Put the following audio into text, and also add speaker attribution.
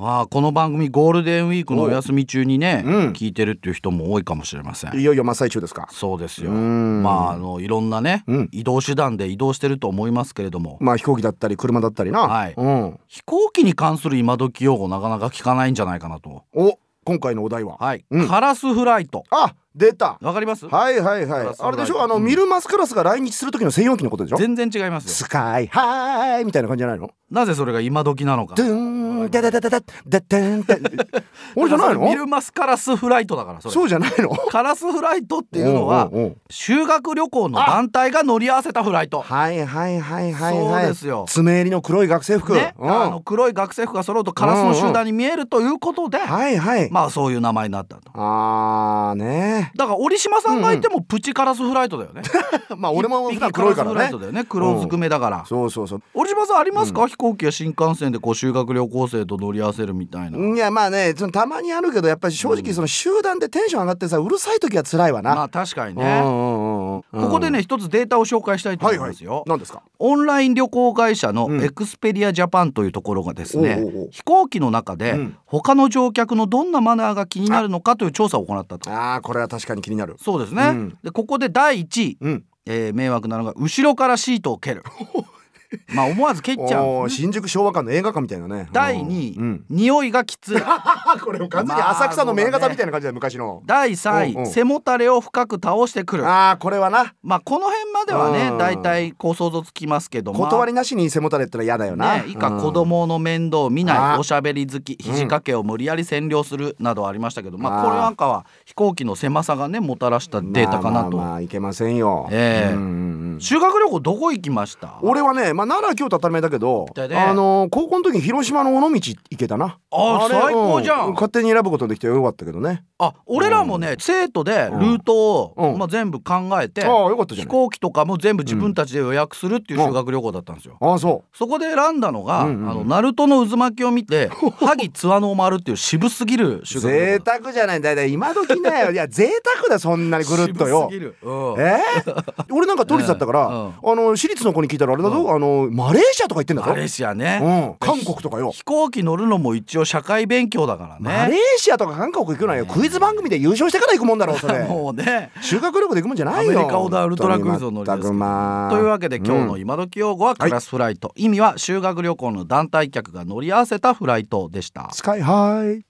Speaker 1: ああこの番組ゴールデンウィークのお休み中にね、
Speaker 2: おうん
Speaker 1: 聞いてるっていう人も多いかもしれません
Speaker 2: いよいよ真っ最中ですか
Speaker 1: そうですよ
Speaker 2: うん
Speaker 1: まああのいろんなね、
Speaker 2: うん
Speaker 1: 移動手段で移動してると思いますけれども
Speaker 2: まあ飛行機だったり車だったりな、
Speaker 1: はい
Speaker 2: うん、
Speaker 1: 飛行機に関する今時用語なかなか聞かないんじゃないかなと
Speaker 2: お今回のお題は、
Speaker 1: はい、
Speaker 2: うん
Speaker 1: カラスフライト
Speaker 2: あ出た
Speaker 1: わかります、
Speaker 2: はいはいは
Speaker 1: カ
Speaker 2: い
Speaker 1: ラス
Speaker 2: あれでしょ
Speaker 1: ライ
Speaker 2: あ
Speaker 1: ト
Speaker 2: の、
Speaker 1: うん
Speaker 2: ミルマスカラスが来日する時の専用機のことでしょ
Speaker 1: 全然違いますよ
Speaker 2: スカイハーイみたいな感じじゃないの
Speaker 1: なぜそれが今時なのか
Speaker 2: ドゥーンダダダダダダダーンダ俺じゃない
Speaker 1: ミル
Speaker 2: の
Speaker 1: マスカラスフライトだからそれ
Speaker 2: そうじゃないのっ
Speaker 1: カラスフライトっていうのは修学旅行の団体が乗り合わせたフライト
Speaker 2: はいはいはいはいはい
Speaker 1: そうですよ
Speaker 2: 爪襟の黒い学生服、
Speaker 1: ね、
Speaker 2: うん
Speaker 1: あの黒い学生服が揃うとカラスの集団に見えるということで、
Speaker 2: はいはい、
Speaker 1: まあそういう名前になったと
Speaker 2: あーね
Speaker 1: だから折島さんがいてもプチカラスフライトだよね、
Speaker 2: まあ 俺も普
Speaker 1: 一
Speaker 2: 段
Speaker 1: 匹
Speaker 2: 黒いから
Speaker 1: カラスフライ
Speaker 2: ね
Speaker 1: トだよね黒ずくめだから、
Speaker 2: そうそうそう
Speaker 1: 折島さんありますか、飛行機や新幹線でこう修学旅行生と乗り合わせるみたいな、
Speaker 2: いやまあねそのたまにあるけどやっぱり正直その集団でテンション上がってさうるさい時は辛いわな、
Speaker 1: まあ確かに
Speaker 2: うんう
Speaker 1: ね、
Speaker 2: んうんうん
Speaker 1: ここでね一つデータを紹介したいと
Speaker 2: は
Speaker 1: 思
Speaker 2: い
Speaker 1: い
Speaker 2: は
Speaker 1: ま
Speaker 2: い
Speaker 1: すよ、
Speaker 2: 何ですか
Speaker 1: オンライン旅行会社の
Speaker 2: うん
Speaker 1: エクスペリアジャパンというところがですね、
Speaker 2: おうおうおう
Speaker 1: 飛行機の中で
Speaker 2: うん
Speaker 1: 他の乗客のどんなマナーが気になるのかという調査を行ったと
Speaker 2: あーこれは確かに気になる
Speaker 1: そうですね、
Speaker 2: うん
Speaker 1: でここで第1位、
Speaker 2: うん
Speaker 1: えー迷惑なのが後ろからシートを 蹴るまあ思わず蹴っちゃ
Speaker 2: お
Speaker 1: う
Speaker 2: ー新宿昭和館の映画館みたいなね
Speaker 1: 第2位、
Speaker 2: うん
Speaker 1: 匂いがきつい
Speaker 2: あ これ完全に浅草の名画座みたいな感じだよ昔の
Speaker 1: 第3位、
Speaker 2: うんうん
Speaker 1: 背もたれを深く倒してくる
Speaker 2: ああこれはな
Speaker 1: まあこの辺までは
Speaker 2: う
Speaker 1: ね
Speaker 2: ん
Speaker 1: 大体こう想像つきますけども
Speaker 2: 断りなしに背もたれってのは嫌だよな、
Speaker 1: ね、以下
Speaker 2: うん
Speaker 1: 子供の面倒を見な
Speaker 2: あ
Speaker 1: いおしゃべり好き肘掛けを無理やり占領するなどありましたけど、まあ
Speaker 2: あー
Speaker 1: これなんかは飛行機の狭さがねもたらしたデータかなと、
Speaker 2: まあまあまあいけませんよ、
Speaker 1: ええ
Speaker 2: うんうんうん
Speaker 1: 修学旅行どこ行きました
Speaker 2: 俺はね、まあ、奈良京都当たり前だけど、
Speaker 1: だね
Speaker 2: あのー高校の時に広島の尾道行けたな
Speaker 1: あ
Speaker 2: れ
Speaker 1: 最高じゃん
Speaker 2: う勝手に選ぶことできてよかったけどね
Speaker 1: あ俺らもね生徒でルートを、
Speaker 2: うん
Speaker 1: まあ、全部考えて、
Speaker 2: ああよかったじゃ
Speaker 1: 飛
Speaker 2: ない
Speaker 1: 行機とかも全部自分たちで予約するっていう修学旅行だったんですよ。
Speaker 2: ああそ
Speaker 1: そこで選んだのが、
Speaker 2: うんうんうん
Speaker 1: あのナルトの渦巻きを見 て萩津和野を回るっていう渋すぎる
Speaker 2: う
Speaker 1: 修学旅
Speaker 2: 贅
Speaker 1: 行だっ
Speaker 2: 沢じゃないだいたい今時ねいや贅沢だよそんなに
Speaker 1: た
Speaker 2: ぐるっと
Speaker 1: 渋
Speaker 2: よ
Speaker 1: すぎる、うん
Speaker 2: えー、俺なんか都立だったか ら、
Speaker 1: うん
Speaker 2: あの私立の子に聞いたらあれだぞ、
Speaker 1: う
Speaker 2: あのマレーシアとか行ってんだぞ
Speaker 1: マレーシアね、
Speaker 2: うん、韓国とかよ、
Speaker 1: 飛行機乗るのも一応社会勉強だから
Speaker 2: マレー
Speaker 1: ね。
Speaker 2: シアとか韓国行くのはよ、クイズ番組で優勝してから行くもんだろうそれ
Speaker 1: もうね。
Speaker 2: 修学旅行で行くもんじゃないよ
Speaker 1: アメリカオーダーウルトラクイズを乗りですけど
Speaker 2: 全くまあ
Speaker 1: というわけで今日の
Speaker 2: うん
Speaker 1: 今時用語はクラスフライト、意味は修学旅行の団体客が乗り合わせたフライトでした。
Speaker 2: スカイハイ